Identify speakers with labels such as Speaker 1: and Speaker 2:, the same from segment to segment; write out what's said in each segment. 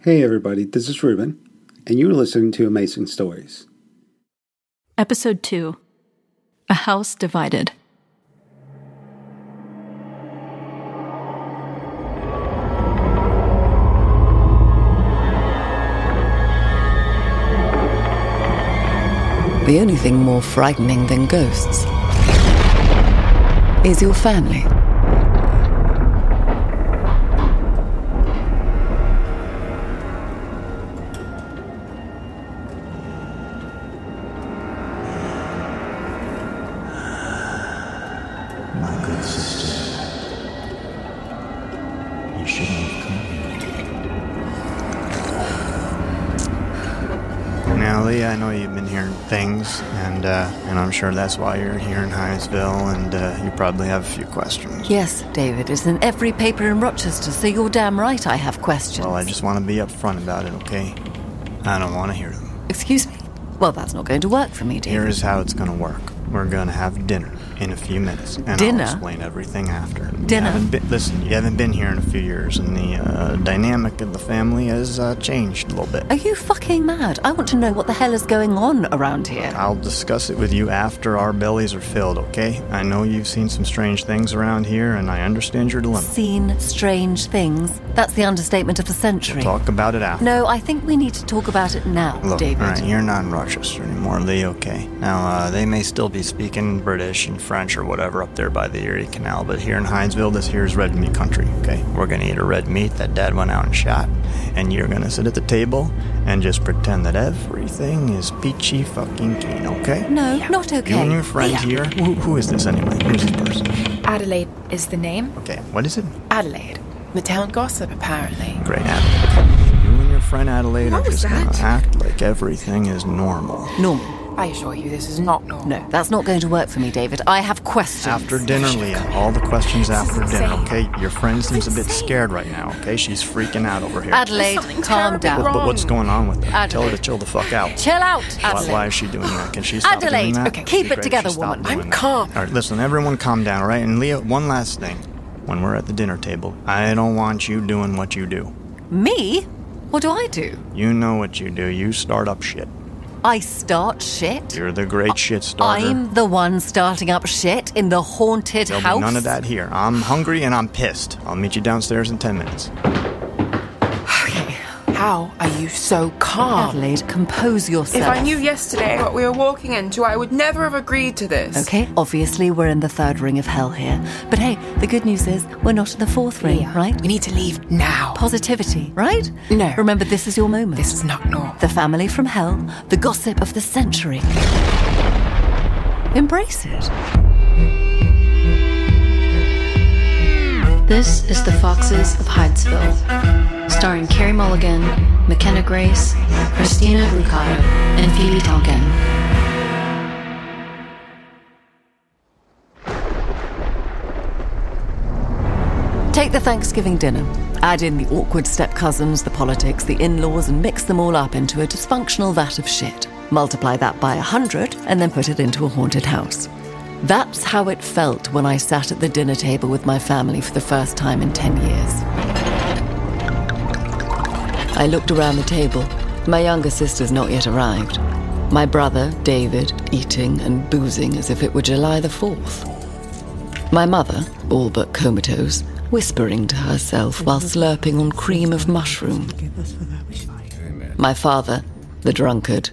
Speaker 1: Hey, everybody, this is Ruben, and you're listening to Amazing Stories.
Speaker 2: Episode 2 A House Divided.
Speaker 3: The only thing more frightening than ghosts is your family.
Speaker 4: My good sister, you shouldn't have come
Speaker 5: Now, Leah, I know you've been hearing things, and uh, and I'm sure that's why you're here in Hyattsville, and uh, you probably have a few questions.
Speaker 3: Yes, David, it's in every paper in Rochester, so you're damn right I have questions.
Speaker 5: Well, I just want to be upfront about it, okay? I don't want to hear them.
Speaker 3: Excuse me? Well, that's not going to work for me,
Speaker 5: Here
Speaker 3: David.
Speaker 5: is how it's going to work. We're going to have dinner in a few minutes, and
Speaker 3: Dinner?
Speaker 5: I'll explain everything after. You
Speaker 3: Dinner?
Speaker 5: haven't been- listen, you haven't been here in a few years, and the uh, dynamic of the family has uh, changed a little bit.
Speaker 3: Are you fucking mad? I want to know what the hell is going on around here.
Speaker 5: I'll discuss it with you after our bellies are filled, okay? I know you've seen some strange things around here, and I understand your dilemma.
Speaker 3: Seen strange things. That's the understatement of the century.
Speaker 5: Talk about it after.
Speaker 3: No, I think we need to talk about it now,
Speaker 5: Look,
Speaker 3: David.
Speaker 5: all right, you're not in Rochester anymore, Lee, okay? Now, uh, they may still be speaking British and French or whatever up there by the Erie Canal, but here in Hinesville, this here is red meat country, okay? We're gonna eat a red meat that Dad went out and shot, and you're gonna sit at the table and just pretend that everything is peachy fucking keen, okay?
Speaker 3: No, not okay.
Speaker 5: You and your friend here, who, who is this anyway? Who's this person?
Speaker 6: Adelaide is the name.
Speaker 5: Okay, what is it?
Speaker 6: Adelaide. The town gossip, apparently.
Speaker 5: Great Adelaide. You and your friend Adelaide
Speaker 6: What
Speaker 5: are
Speaker 6: was
Speaker 5: just gonna
Speaker 6: that?
Speaker 5: act like everything is normal.
Speaker 3: Normal.
Speaker 6: I assure you, this is not normal.
Speaker 3: No, that's not going to work for me, David. I have questions.
Speaker 5: After dinner, Leah. All the questions after
Speaker 6: is
Speaker 5: dinner, okay?
Speaker 6: insane.
Speaker 5: Your friend seems a bit
Speaker 6: Insane.
Speaker 5: scared right now, okay? She's freaking out over here.
Speaker 6: There's
Speaker 3: Adelaide,
Speaker 6: something
Speaker 3: calm
Speaker 6: terribly
Speaker 3: down.
Speaker 5: But what's going on with her? Tell her to
Speaker 3: Adelaide.
Speaker 5: chill the fuck out.
Speaker 3: Chill out,
Speaker 5: Why,
Speaker 3: Adelaide.
Speaker 5: why is she doing that? Can she stop doing
Speaker 3: Adelaide,
Speaker 5: that?
Speaker 3: okay, keep it
Speaker 5: Great,
Speaker 3: together,
Speaker 5: she stopped
Speaker 3: woman.
Speaker 5: doing
Speaker 6: I'm
Speaker 5: that.
Speaker 6: calm.
Speaker 5: All right, listen, everyone calm down, all right? And Leah, one last thing. When we're at the dinner table, I don't want you doing what you do.
Speaker 3: Me? What do I do?
Speaker 5: You know what you do. You start up shit.
Speaker 3: I start shit.
Speaker 5: You're the great shit starter.
Speaker 3: I'm the one starting up shit in the haunted
Speaker 5: There'll
Speaker 3: house.
Speaker 5: be none of that here. I'm hungry and I'm pissed. I'll meet you downstairs in 10 minutes.
Speaker 6: How are you so calm?
Speaker 3: Adelaide, compose yourself.
Speaker 7: If I knew yesterday what we were walking into, I would never have agreed to this.
Speaker 3: Okay, obviously we're in the third ring of hell here. But hey, the good news is we're not in the fourth ring, right?
Speaker 6: We need to leave now.
Speaker 3: Positivity, right?
Speaker 6: No.
Speaker 3: Remember, this is your moment.
Speaker 6: This is not normal.
Speaker 3: the family from hell, the gossip of the century. Embrace it.
Speaker 8: This is The Foxes of Hydesville, starring Carrie Mulligan, McKenna Grace, Christina Brucato, and Phoebe Tonkin.
Speaker 3: Take the Thanksgiving dinner, add in the awkward step cousins, the politics, the in laws, and mix them all up into a dysfunctional vat of shit. Multiply that by a hundred and then put it into a haunted house. That's how it felt when I sat at the dinner table with my family for the first time in 10 years. I looked around the table. My younger sister's not yet arrived. My brother, David, eating and boozing as if it were July the 4th. My mother, all but comatose, whispering to herself while slurping on cream of mushroom. My father, the drunkard,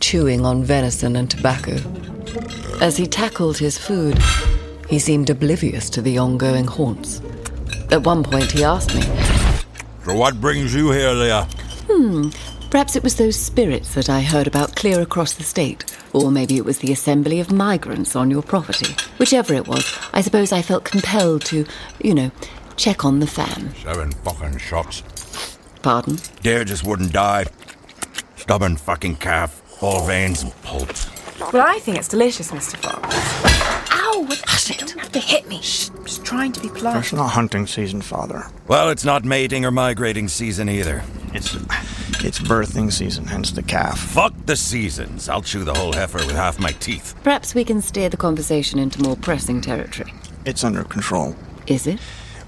Speaker 3: chewing on venison and tobacco. As he tackled his food, he seemed oblivious to the ongoing haunts. At one point, he asked me,
Speaker 9: So what brings you here, Leah?
Speaker 3: Perhaps it was those spirits that I heard about clear across the state. Or maybe it was the assembly of migrants on your property. Whichever it was, I suppose I felt compelled to, you know, check on the fam.
Speaker 9: Seven fucking shots.
Speaker 3: Pardon?
Speaker 9: Dare just wouldn't die. Stubborn fucking calf. All veins and pulp.
Speaker 6: Well, I think it's delicious, Mr. Fox. Ow! Hush it! have to hit me. Shh. Just trying to be polite.
Speaker 5: It's not hunting season, Father.
Speaker 9: Well, it's not mating or migrating season either.
Speaker 5: It's it's birthing season, hence the calf.
Speaker 9: Fuck the seasons. I'll chew the whole heifer with half my teeth.
Speaker 3: Perhaps we can steer the conversation into more pressing territory.
Speaker 5: It's under control.
Speaker 3: Is it?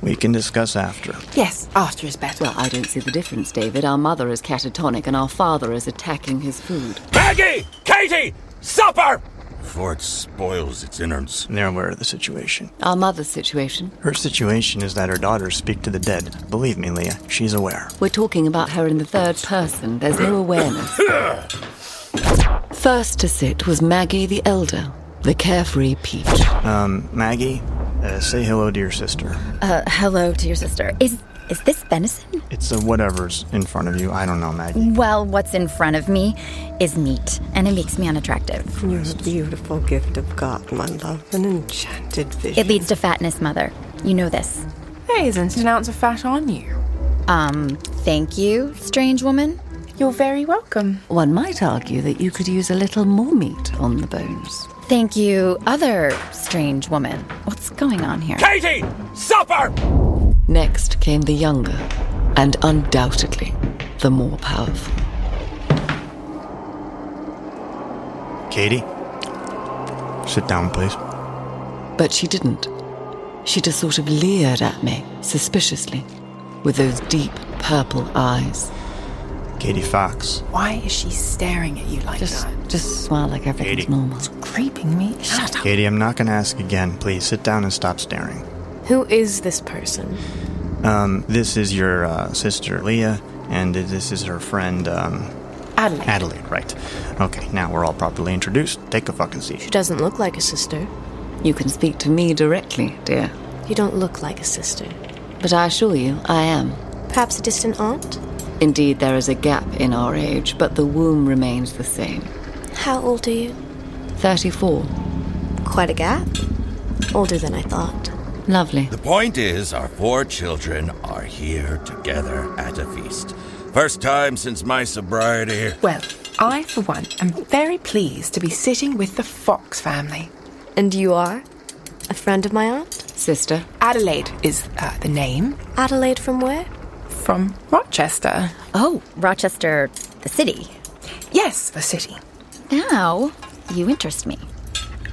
Speaker 5: We can discuss after.
Speaker 6: Yes, after is better.
Speaker 3: Well, I don't see the difference, David. Our mother is catatonic and our father is attacking his food.
Speaker 9: Maggie! Katie! Supper! Before it spoils its innards.
Speaker 5: They're aware of the situation.
Speaker 3: Our mother's situation.
Speaker 5: Her situation is that her daughters speak to the dead. Believe me, Leah, she's aware.
Speaker 3: We're talking about her in the third person. There's no awareness. First to sit was Maggie the elder, the carefree peach.
Speaker 5: Um, Maggie, uh, say hello to your sister.
Speaker 10: Uh, hello to your sister. Is is this venison?
Speaker 5: It's uh, whatever's in front of you. I don't know, Maggie.
Speaker 10: Well, what's in front of me is meat, and it makes me unattractive.
Speaker 11: You're a beautiful gift of God, my love, an enchanted vision.
Speaker 10: It leads to fatness, mother. You know this.
Speaker 7: There isn't an ounce of fat on you.
Speaker 10: Um, thank you, strange woman.
Speaker 7: You're very welcome.
Speaker 3: One might argue that you could use a little more meat on the bones.
Speaker 10: Thank you, other strange woman. What's going on here?
Speaker 9: Katie! Supper!
Speaker 3: Next came the younger, and undoubtedly the more powerful.
Speaker 5: Katie? Sit down, please.
Speaker 3: But she didn't. She just sort of leered at me, suspiciously, with those deep purple eyes.
Speaker 5: Katie Fox.
Speaker 6: Why is she staring at you like
Speaker 3: Just,
Speaker 6: that?
Speaker 3: just smile like everything's
Speaker 5: Katie.
Speaker 3: normal.
Speaker 6: Creeping me out.
Speaker 5: Katie, I'm not gonna ask again. Please sit down and stop staring.
Speaker 12: Who is this person?
Speaker 5: Um, this is your uh, sister Leah, and this is her friend, um,
Speaker 6: Adelaide.
Speaker 5: Adelaide, right. Okay, now we're all properly introduced. Take a fucking
Speaker 12: She
Speaker 5: seat.
Speaker 12: doesn't look like a sister.
Speaker 3: You can speak to me directly, dear.
Speaker 12: You don't look like a sister.
Speaker 3: But I assure you, I am.
Speaker 12: Perhaps a distant aunt?
Speaker 3: Indeed, there is a gap in our age, but the womb remains the same.
Speaker 12: How old are you?
Speaker 3: 34.
Speaker 12: Quite a gap. Older than I thought.
Speaker 3: Lovely.
Speaker 9: The point is, our four children are here together at a feast. First time since my sobriety.
Speaker 7: Well, I, for one, am very pleased to be sitting with the Fox family.
Speaker 12: And you are? A friend of my aunt?
Speaker 3: Sister,
Speaker 7: Adelaide is uh, the name
Speaker 12: Adelaide from where?
Speaker 7: from Rochester.
Speaker 10: Oh, Rochester, the city.
Speaker 7: Yes, the city.
Speaker 10: Now, you interest me.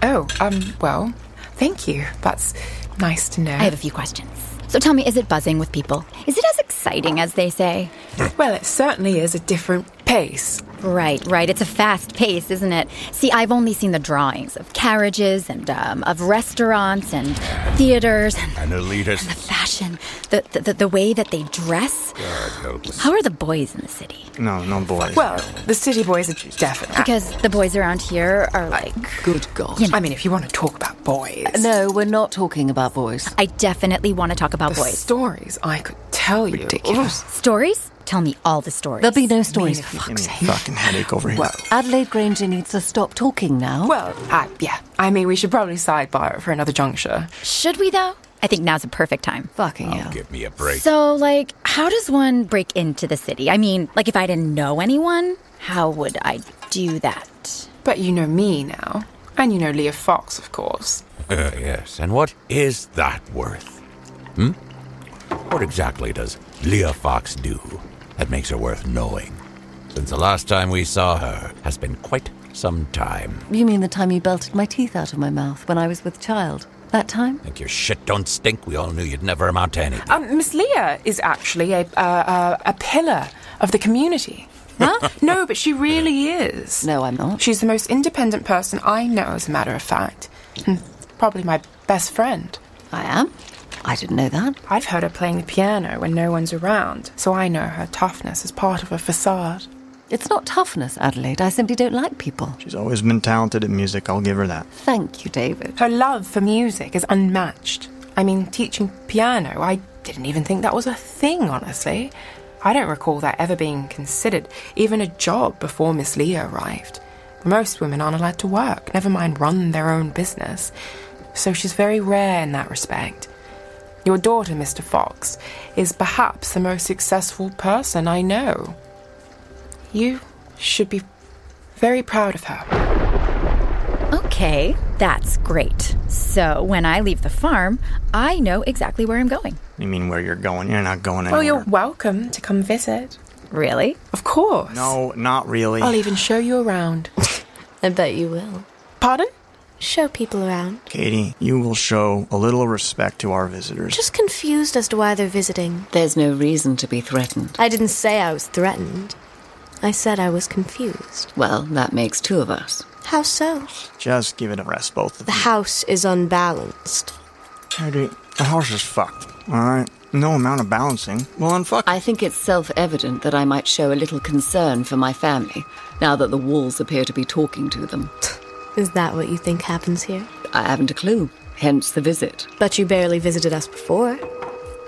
Speaker 7: Oh, um, well, thank you. That's nice to know.
Speaker 10: I have a few questions. So tell me, is it buzzing with people? Is it as exciting as they say?
Speaker 7: Well, it certainly is a different pace.
Speaker 10: Right, right. It's a fast pace, isn't it? See, I've only seen the drawings of carriages and um, of restaurants and theaters and
Speaker 9: And
Speaker 10: the
Speaker 9: elitists.
Speaker 10: fashion, the, the, the way that they dress.
Speaker 9: God help us.
Speaker 10: How are the boys in the city?
Speaker 5: No, no boys.
Speaker 7: Well, the city boys are definite.
Speaker 10: Because the boys around here are like.
Speaker 3: good God.
Speaker 7: I mean, if you want to talk about boys,
Speaker 10: Uh,
Speaker 3: No, we're not talking about boys.
Speaker 10: I definitely want to talk about
Speaker 7: the
Speaker 10: boys.
Speaker 7: stories I could tell you.
Speaker 11: Ridiculous.
Speaker 10: Stories? Tell me all the stories.
Speaker 3: There'll be no stories.
Speaker 5: Give me a fucking headache over here.
Speaker 3: Adelaide Granger needs to stop talking now.
Speaker 7: Well, uh, yeah. I mean, we should probably sidebar it for another juncture.
Speaker 10: Should we though? I think now's the perfect time.
Speaker 3: Fucking hell.
Speaker 9: Give me a break.
Speaker 10: So, like, how does one break into the city? I mean, like, if I didn't know anyone, how would I do that?
Speaker 7: But you know me now. And you know Leah Fox, of course.
Speaker 9: Uh, yes, and what is that worth? Hmm? What exactly does Leah Fox do that makes her worth knowing? Since the last time we saw her has been quite some time.
Speaker 3: You mean the time you belted my teeth out of my mouth when I was with child? That time?
Speaker 9: Think your shit don't stink? We all knew you'd never amount to anything.
Speaker 7: Um, Miss Leah is actually a, uh, uh, a pillar of the community. Huh? no, but she really is.
Speaker 3: No, I'm not.
Speaker 7: She's the most independent person I know, as a matter of fact. And probably my best friend.
Speaker 3: I am. I didn't know that.
Speaker 7: I've heard her playing the piano when no one's around, so I know her toughness is part of her facade.
Speaker 3: It's not toughness, Adelaide. I simply don't like people.
Speaker 5: She's always been talented at music, I'll give her that.
Speaker 3: Thank you, David.
Speaker 7: Her love for music is unmatched. I mean, teaching piano, I didn't even think that was a thing, honestly. I don't recall that ever being considered, even a job before Miss Leah arrived. Most women aren't allowed to work, never mind run their own business. So she's very rare in that respect. Your daughter, Mr. Fox, is perhaps the most successful person I know. You should be very proud of her.
Speaker 10: Okay, that's great. So, when I leave the farm, I know exactly where I'm going.
Speaker 5: You mean where you're going? You're not going anywhere.
Speaker 7: Well, Oh, you're welcome to come visit.
Speaker 10: Really?
Speaker 7: Of course.
Speaker 5: No, not really.
Speaker 7: I'll even show you around.
Speaker 12: I bet you will.
Speaker 7: Pardon?
Speaker 12: Show people around.
Speaker 5: Katie, you will show a little respect to our visitors.
Speaker 12: Just confused as to why they're visiting.
Speaker 3: There's no reason to be threatened.
Speaker 12: I didn't say I was threatened. I said I was confused.
Speaker 3: Well, that makes two of us.
Speaker 12: How so?
Speaker 5: Just give it a rest, both of
Speaker 12: The house is unbalanced.
Speaker 5: Katie, the house is fucked. All right. No amount of balancing. Well, unfuck.
Speaker 3: I think it's self evident that I might show a little concern for my family now that the walls appear to be talking to them.
Speaker 12: Is that what you think happens here?
Speaker 3: I haven't a clue, hence the visit.
Speaker 12: But you barely visited us before.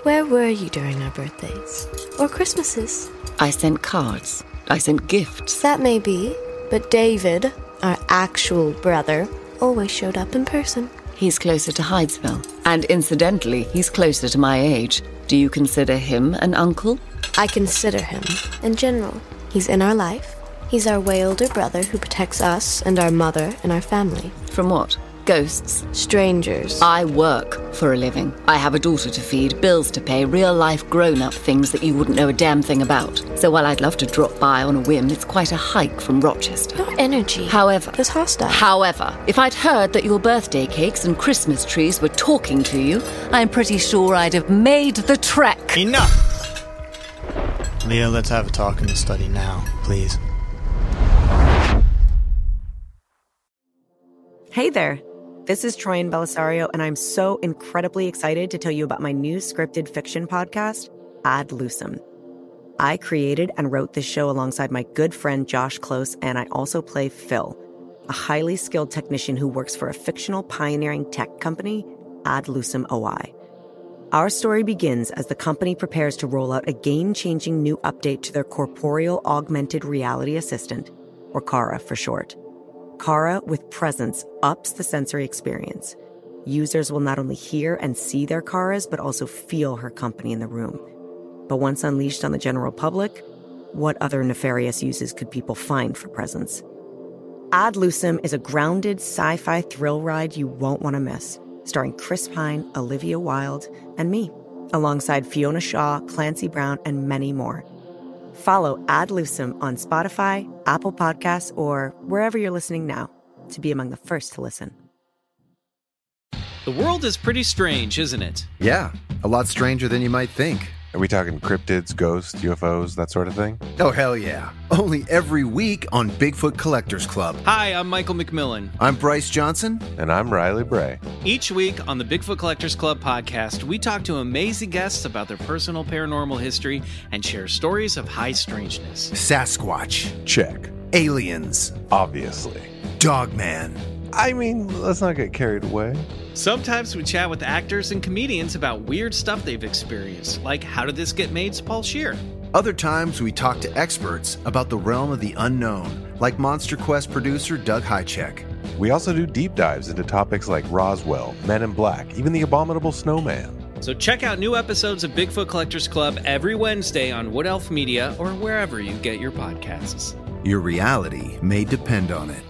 Speaker 12: Where were you during our birthdays? Or Christmases?
Speaker 3: I sent cards, I sent gifts.
Speaker 12: That may be, but David, our actual brother, always showed up in person.
Speaker 3: He's closer to Hydesville. And incidentally, he's closer to my age. Do you consider him an uncle?
Speaker 12: I consider him, in general. He's in our life. He's our way older brother who protects us and our mother and our family.
Speaker 3: From what? Ghosts.
Speaker 12: Strangers.
Speaker 3: I work for a living. I have a daughter to feed, bills to pay, real life grown up things that you wouldn't know a damn thing about. So while I'd love to drop by on a whim, it's quite a hike from Rochester.
Speaker 12: Your energy
Speaker 3: However,
Speaker 12: is hostile.
Speaker 3: However, if I'd heard that your birthday cakes and Christmas trees were talking to you, I'm pretty sure I'd have made the trek.
Speaker 5: Enough! Leah, let's have a talk in the study now, please.
Speaker 10: Hey there. This is Troyan Belisario, and I'm so incredibly excited to tell you about my new scripted fiction podcast, Ad Lucem. I created and wrote this show alongside my good friend Josh Close, and I also play Phil, a highly skilled technician who works for a fictional pioneering tech company, Ad Lucem OI. Our story begins as the company prepares to roll out a game changing new update to their corporeal augmented reality assistant, or Kara for short. Kara with presence ups the sensory experience. Users will not only hear and see their Karas, but also feel her company in the room. But once unleashed on the general public, what other nefarious uses could people find for presence? Ad Lucem is a grounded sci fi thrill ride you won't want to miss, starring Chris Pine, Olivia Wilde, and me, alongside Fiona Shaw, Clancy Brown, and many more. Follow Ad Lucem on Spotify, Apple Podcasts, or wherever you're listening now to be among the first to listen.
Speaker 9: The world is pretty strange, isn't it?
Speaker 13: Yeah, a lot stranger than you might think.
Speaker 14: Are we talking cryptids, ghosts, UFOs, that sort of thing?
Speaker 13: Oh, hell yeah. Only every week on Bigfoot Collectors Club.
Speaker 9: Hi, I'm Michael McMillan.
Speaker 13: I'm Bryce Johnson.
Speaker 14: And I'm Riley Bray.
Speaker 9: Each week on the Bigfoot Collectors Club podcast, we talk to amazing guests about their personal paranormal history and share stories of high strangeness.
Speaker 13: Sasquatch.
Speaker 14: Check.
Speaker 13: Aliens.
Speaker 14: Obviously.
Speaker 13: Dogman.
Speaker 14: I mean, let's not get carried away.
Speaker 9: Sometimes we chat with actors and comedians about weird stuff they've experienced, like how did this get made's Paul Shear?
Speaker 13: Other times, we talk to experts about the realm of the unknown, like Monster Quest producer Doug Hychek.
Speaker 14: We also do deep dives into topics like Roswell, Men in Black, even the abominable snowman.
Speaker 9: So check out new episodes of Bigfoot Collectors Club every Wednesday on Wood Elf Media or wherever you get your podcasts.
Speaker 13: Your reality may depend on it.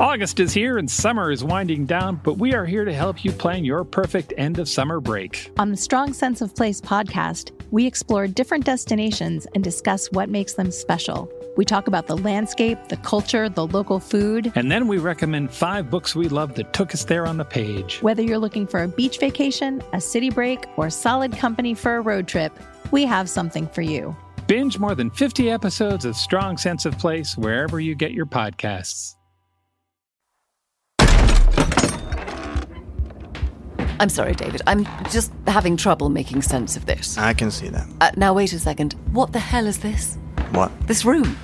Speaker 15: August is here and summer is winding down, but we are here to help you plan your perfect end of summer break.
Speaker 8: On the Strong Sense of Place podcast, we explore different destinations and discuss what makes them special. We talk about the landscape, the culture, the local food.
Speaker 15: And then we recommend five books we love that took us there on the page.
Speaker 8: Whether you're looking for a beach vacation, a city break, or solid company for a road trip, we have something for you.
Speaker 15: Binge more than 50 episodes of Strong Sense of Place wherever you get your podcasts.
Speaker 3: I'm sorry, David. I'm just having trouble making sense of this.
Speaker 5: I can see that.
Speaker 3: Uh, now, wait a second. What the hell is this?
Speaker 5: What?
Speaker 3: This room?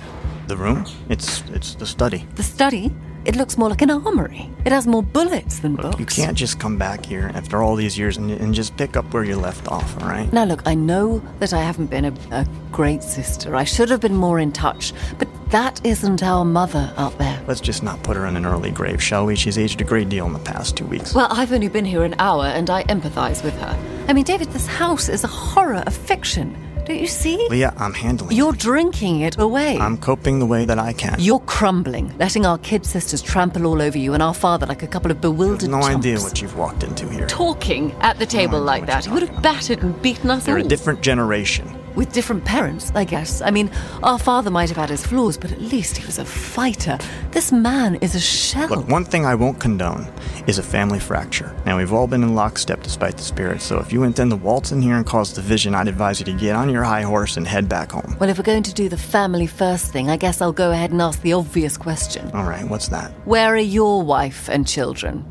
Speaker 5: The room? It's it's the study.
Speaker 3: The study? It looks more like an armory. It has more bullets than books.
Speaker 5: You can't just come back here after all these years and, and just pick up where you left off, all right?
Speaker 3: Now, look, I know that I haven't been a, a great sister. I should have been more in touch, but that isn't our mother out there.
Speaker 5: Let's just not put her in an early grave, shall we? She's aged a great deal in the past two weeks.
Speaker 3: Well, I've only been here an hour and I empathize with her. I mean, David, this house is a horror of fiction. Don't you see?
Speaker 5: Leah, I'm handling
Speaker 3: You're drinking it away.
Speaker 5: I'm coping the way that I can.
Speaker 3: You're crumbling, letting our kid sisters trample all over you and our father like a couple of bewildered
Speaker 5: no
Speaker 3: chumps.
Speaker 5: idea what you've walked into here.
Speaker 3: Talking at the table like that. He would have battered and beaten us
Speaker 5: They're a
Speaker 3: all.
Speaker 5: different generation.
Speaker 3: with different parents, I guess. I mean, our father might have had his flaws, but at least he was a fighter. This man is a shell.
Speaker 5: Look, one thing I won't condone is a family fracture. Now, we've all been in lockstep despite the spirit, so if you intend to waltz in here and cause division, I'd advise you to get on your high horse and head back home.
Speaker 3: Well, if we're going to do the family first thing, I guess I'll go ahead and ask the obvious question.
Speaker 5: All right, what's that?
Speaker 3: Where are your wife and children?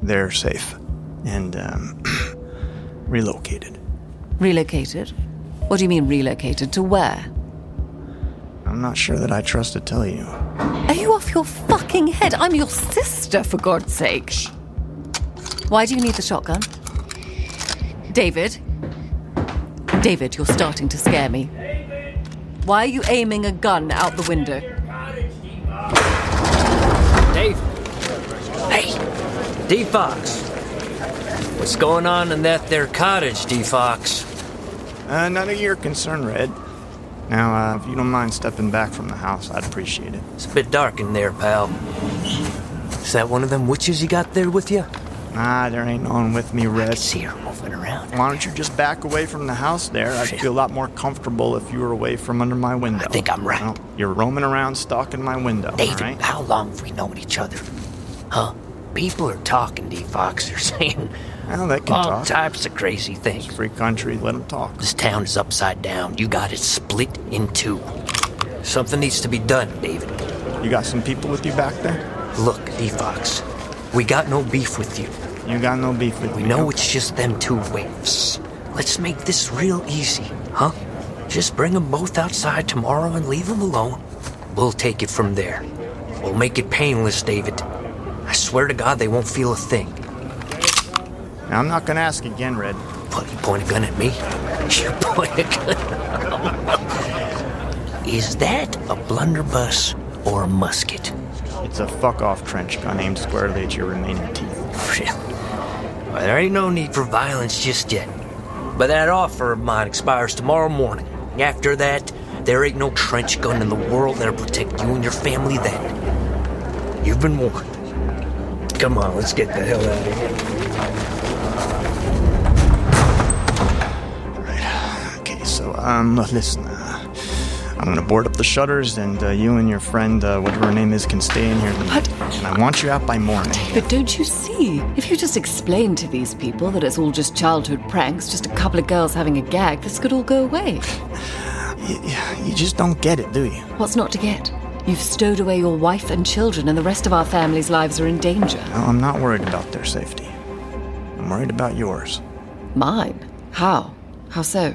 Speaker 5: They're safe and um, relocated.
Speaker 3: Relocated? What do you mean relocated? To where?
Speaker 5: I'm not sure that I trust to tell you.
Speaker 3: Are you off your fucking head? I'm your sister, for God's sake. Why do you need the shotgun? David? David, you're starting to scare me. Why are you aiming a gun out the window?
Speaker 10: Dave. Hey, D Fox. What's going on in that there cottage, D Fox?
Speaker 5: Uh, none of your concern, Red. Now, uh, if you don't mind stepping back from the house, I'd appreciate it.
Speaker 10: It's a bit dark in there, pal. Is that one of them witches you got there with you?
Speaker 5: Nah, Ah, there ain't no one with me, Red. I see
Speaker 10: her moving around.
Speaker 5: Why don't you just back away from the house there? I'd feel a lot more comfortable if you were away from under my window. I
Speaker 10: think I'm right.
Speaker 5: Well, you're roaming around stalking my window.
Speaker 10: David,
Speaker 5: all right?
Speaker 10: how long have we known each other? Huh? People are talking, D Fox. They're saying
Speaker 5: Well, they can
Speaker 10: all
Speaker 5: talk.
Speaker 10: types of crazy things.
Speaker 5: free country, let them talk.
Speaker 10: This town is upside down. You got it split in two. Something needs to be done, David.
Speaker 5: You got some people with you back there?
Speaker 10: Look, D Fox, we got no beef with you.
Speaker 5: You got no beef with
Speaker 10: we
Speaker 5: me,
Speaker 10: know
Speaker 5: okay.
Speaker 10: it's just them two waifs. Let's make this real easy, huh? Just bring them both outside tomorrow and leave them alone. We'll take it from there. We'll make it painless, David. I swear to God, they won't feel a thing.
Speaker 5: Now, I'm not gonna ask again, Red.
Speaker 10: What, you point a gun at me? You point a gun. Is that a blunderbuss or a musket?
Speaker 5: It's a fuck off trench gun aimed squarely at your remaining teeth.
Speaker 10: Really? Well, there ain't no need for violence just yet. But that offer of mine expires tomorrow morning. After that, there ain't no trench gun in the world that'll protect you and your family then. You've been warned. Come on, let's get the hell out of here.
Speaker 5: Okay, so, um, listen, uh, I'm gonna board up the shutters, and uh, you and your friend, uh, whatever her name is, can stay in here. But... And I want you out by morning.
Speaker 16: But don't you see?
Speaker 3: If you just explain to these people that it's all just childhood pranks, just a couple of girls having a gag, this could all go away.
Speaker 5: You just don't get it, do you?
Speaker 3: What's not to get? You've stowed away your wife and children, and the rest of our family's lives are in danger.
Speaker 5: No, I'm not worried about their safety. I'm worried about yours.
Speaker 3: Mine? How? How so?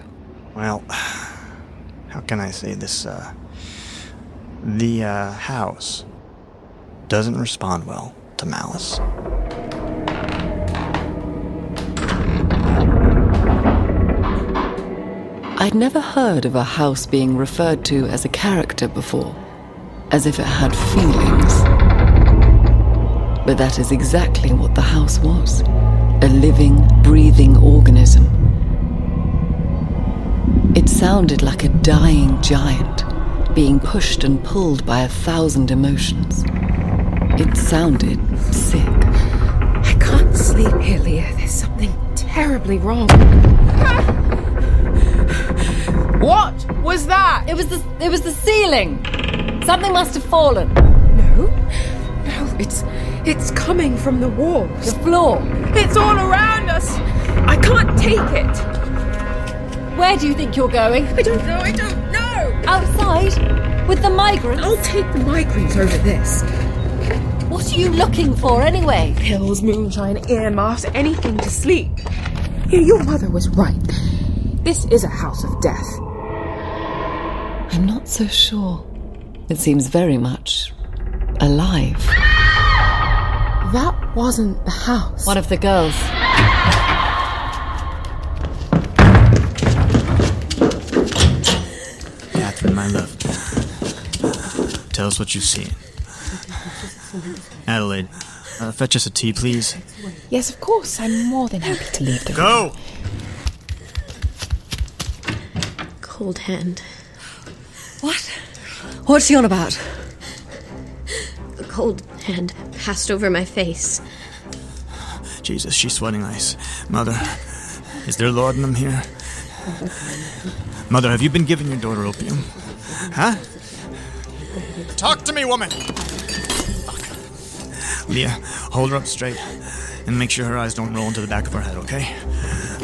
Speaker 5: Well, how can I say this? Uh, the uh, house doesn't respond well to malice.
Speaker 16: I'd never heard of a house being referred to as a character before, as if it had feelings. But that is exactly what the house was a living, breathing organism. It sounded like a dying giant being pushed and pulled by a thousand emotions. It sounded sick.
Speaker 7: I can't sleep here, Leah. There's something terribly wrong.
Speaker 17: What was that?
Speaker 3: It was the it was the ceiling. Something must have fallen.
Speaker 7: No, it's it's coming from the walls.
Speaker 3: The floor.
Speaker 7: It's all around us. I can't take it.
Speaker 3: Where do you think you're going? I
Speaker 7: don't know. I don't know.
Speaker 3: Outside? With the migrants?
Speaker 7: I'll take the migrants over this.
Speaker 3: What are you looking for anyway?
Speaker 7: Pills, moonshine, earmuffs, anything to sleep. You- Your mother was right. This is a house of death.
Speaker 16: I'm not so sure. It seems very much alive.
Speaker 7: That wasn't the house.
Speaker 3: One of the girls.
Speaker 5: Catherine, my love. Tell us what you've seen. Adelaide, uh, fetch us a tea, please.
Speaker 7: Yes, of course. I'm more than happy to leave the
Speaker 5: Go!
Speaker 12: Cold hand.
Speaker 3: What's she on about?
Speaker 12: A cold hand passed over my face.
Speaker 5: Jesus, she's sweating ice. Mother, is there laudanum here? Mother, have you been giving your daughter opium? Huh? Talk to me, woman! Leah, hold her up straight and make sure her eyes don't roll into the back of her head, okay?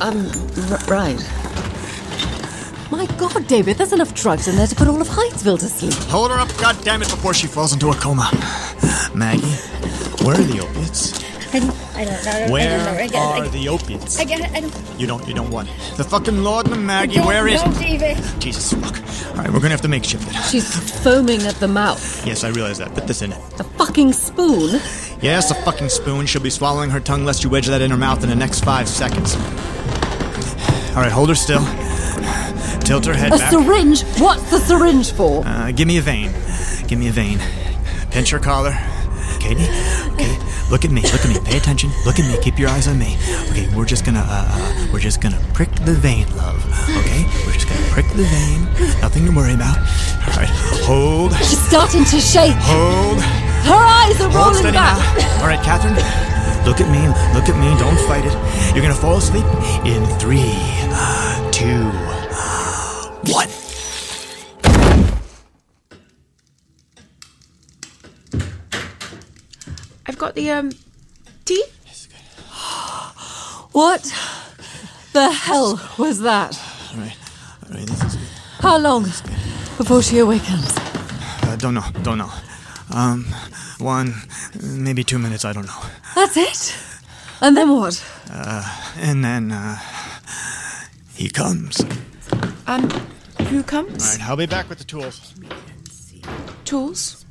Speaker 3: Um, r- right.
Speaker 18: My God, David, there's enough drugs in there to put all of Hydesville to sleep.
Speaker 5: Hold her up, goddammit, before she falls into a coma. Maggie, where are the opiates?
Speaker 10: I don't, I don't know. I don't- I
Speaker 5: Where
Speaker 10: don't know. I guess- I
Speaker 5: are the opiates?
Speaker 10: I guess- I don't.
Speaker 5: You don't, you don't want it. The fucking laudanum,
Speaker 10: I
Speaker 5: Maggie,
Speaker 10: don't
Speaker 5: where is
Speaker 10: know,
Speaker 5: it?
Speaker 10: David.
Speaker 5: Jesus, fuck. All right, we're gonna have to make shift it.
Speaker 3: She's foaming at the mouth.
Speaker 5: Yes, I realize that. Put this in it.
Speaker 3: A fucking spoon.
Speaker 5: Yes, a fucking spoon. She'll be swallowing her tongue lest you wedge that in her mouth in the next five seconds. All right, hold her still. Tilt her head
Speaker 3: a
Speaker 5: back.
Speaker 3: syringe? What's the syringe for?
Speaker 5: Uh, give me a vein. Give me a vein. Pinch her collar. Katie? Okay, look at me. Look at me. Pay attention. Look at me. Keep your eyes on me. Okay, we're just gonna, uh, uh, we're just gonna prick the vein, love. Okay? We're just gonna prick the vein. Nothing to worry about. All right, hold.
Speaker 3: She's starting to shake.
Speaker 5: Hold.
Speaker 3: Her eyes are
Speaker 5: Hold
Speaker 3: rolling
Speaker 5: steady
Speaker 3: back.
Speaker 5: now. All right, Catherine. Look at me. Look at me. Don't fight it. You're gonna fall asleep in three, two, one.
Speaker 6: I've got the um tea.
Speaker 3: What the hell was that?
Speaker 5: All right, this is
Speaker 3: How long before she awakens?
Speaker 5: Uh, don't know. Don't know. Um, one, maybe two minutes. I don't know.
Speaker 3: That's it? And then what?
Speaker 5: Uh, and then uh, he comes. All
Speaker 6: Um, who comes?
Speaker 5: right, I'll be back with the tools.
Speaker 6: Tools?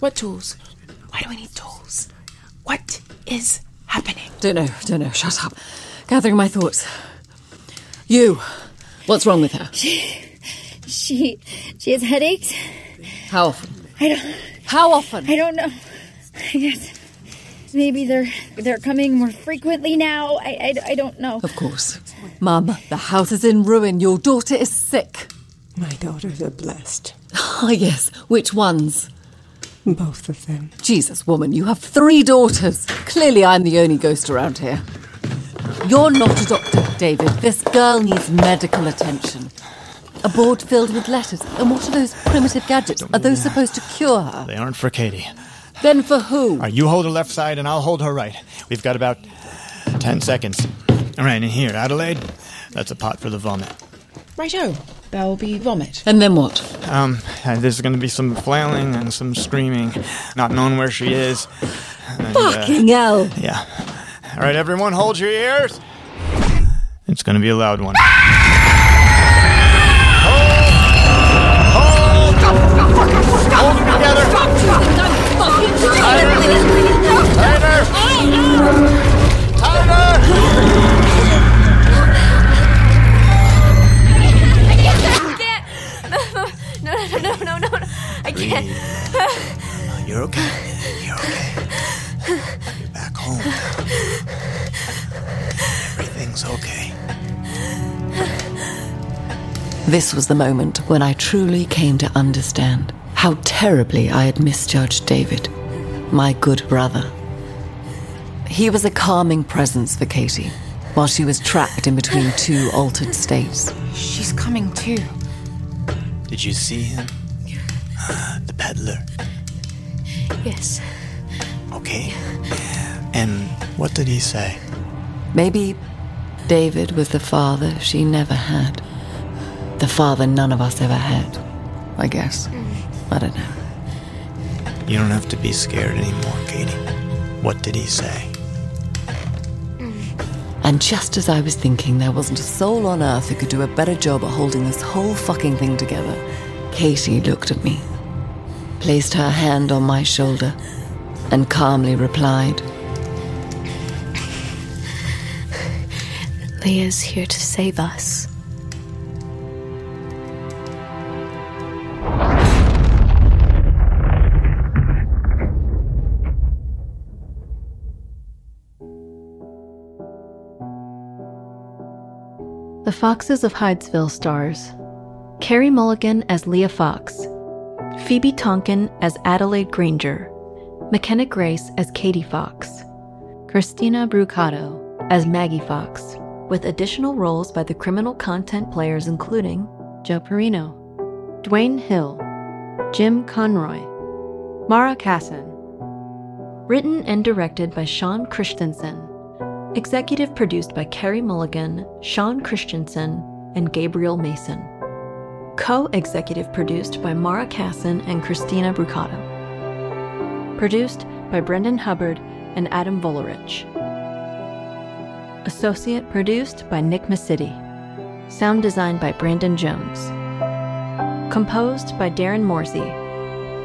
Speaker 6: What tools? Why do we need tools? What is happening?
Speaker 3: Don't know, don't know. Shut up. Gathering my thoughts. You. What's wrong with her?
Speaker 10: She she has headaches.
Speaker 3: How often?
Speaker 10: I don't.
Speaker 3: How often?
Speaker 10: I don't know. I guess maybe they're they're coming more frequently now. I I, I don't know.
Speaker 3: Of course. Mum, the house is in ruin. Your daughter is sick.
Speaker 11: My daughters are blessed.
Speaker 3: Ah, yes. Which ones?
Speaker 11: Both of them.
Speaker 3: Jesus, woman, you have three daughters. Clearly, I'm the only ghost around here. You're not a doctor, David. This girl needs medical attention. A board filled with letters. And what are those primitive gadgets? Are those supposed to cure her?
Speaker 5: They aren't for Katie.
Speaker 3: Then for who?
Speaker 5: All right, you hold her left side, and I'll hold her right. We've got about ten seconds. All right, and here, Adelaide, that's a pot for the vomit.
Speaker 6: Righto. oh, There'll be vomit.
Speaker 3: And then what?
Speaker 5: Um, and there's going to be some flailing and some screaming, not knowing where she is. And, uh,
Speaker 3: Fucking hell.
Speaker 5: Yeah. All right, everyone, hold your ears. It's going to be a loud one.
Speaker 19: I can't. I can't. No, no, no, no, no, no. I can't.
Speaker 5: You're okay. You're okay. You're back home. Everything's okay.
Speaker 3: This was the moment when I truly came to understand how terribly I had misjudged David, my good brother. He was a calming presence for Katie while she was trapped in between two altered states.
Speaker 7: She's coming too.
Speaker 5: Did you see him? Uh, The peddler.
Speaker 10: Yes.
Speaker 5: Okay. And what did he say?
Speaker 3: Maybe David was the father she never had. The father none of us ever had, I guess. I don't know.
Speaker 5: You don't have to be scared anymore, Katie. What did he say?
Speaker 3: And just as I was thinking there wasn't a soul on earth who could do a better job at holding this whole fucking thing together, Katie looked at me, placed her hand on my shoulder, and calmly replied,
Speaker 12: Leah's here to save us.
Speaker 8: The Foxes of Hydesville stars Carrie Mulligan as Leah Fox, Phoebe Tonkin as Adelaide Granger, McKenna Grace as Katie Fox, Christina Brucato as Maggie Fox, with additional roles by the criminal content players including Joe Perino, Dwayne Hill, Jim Conroy, Mara Casson. Written and directed by Sean Christensen. Executive produced by Carrie Mulligan, Sean Christensen, and Gabriel Mason. Co executive produced by Mara Casson and Christina Brucato. Produced by Brendan Hubbard and Adam Volerich. Associate produced by Nick Massidi. Sound designed by Brandon Jones. Composed by Darren Morsey.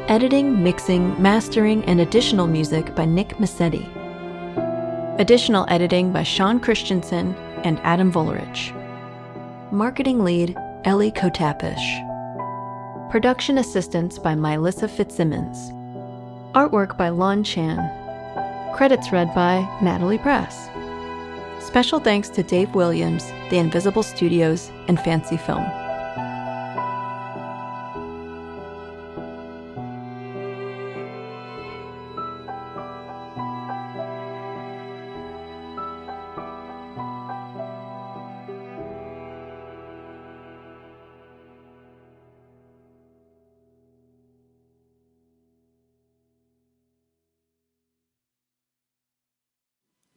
Speaker 8: Editing, mixing, mastering, and additional music by Nick Massetti. Additional editing by Sean Christensen and Adam Volerich. Marketing lead, Ellie Kotapish. Production assistance by Mylissa Fitzsimmons. Artwork by Lon Chan. Credits read by Natalie Press. Special thanks to Dave Williams, The Invisible Studios, and Fancy Film.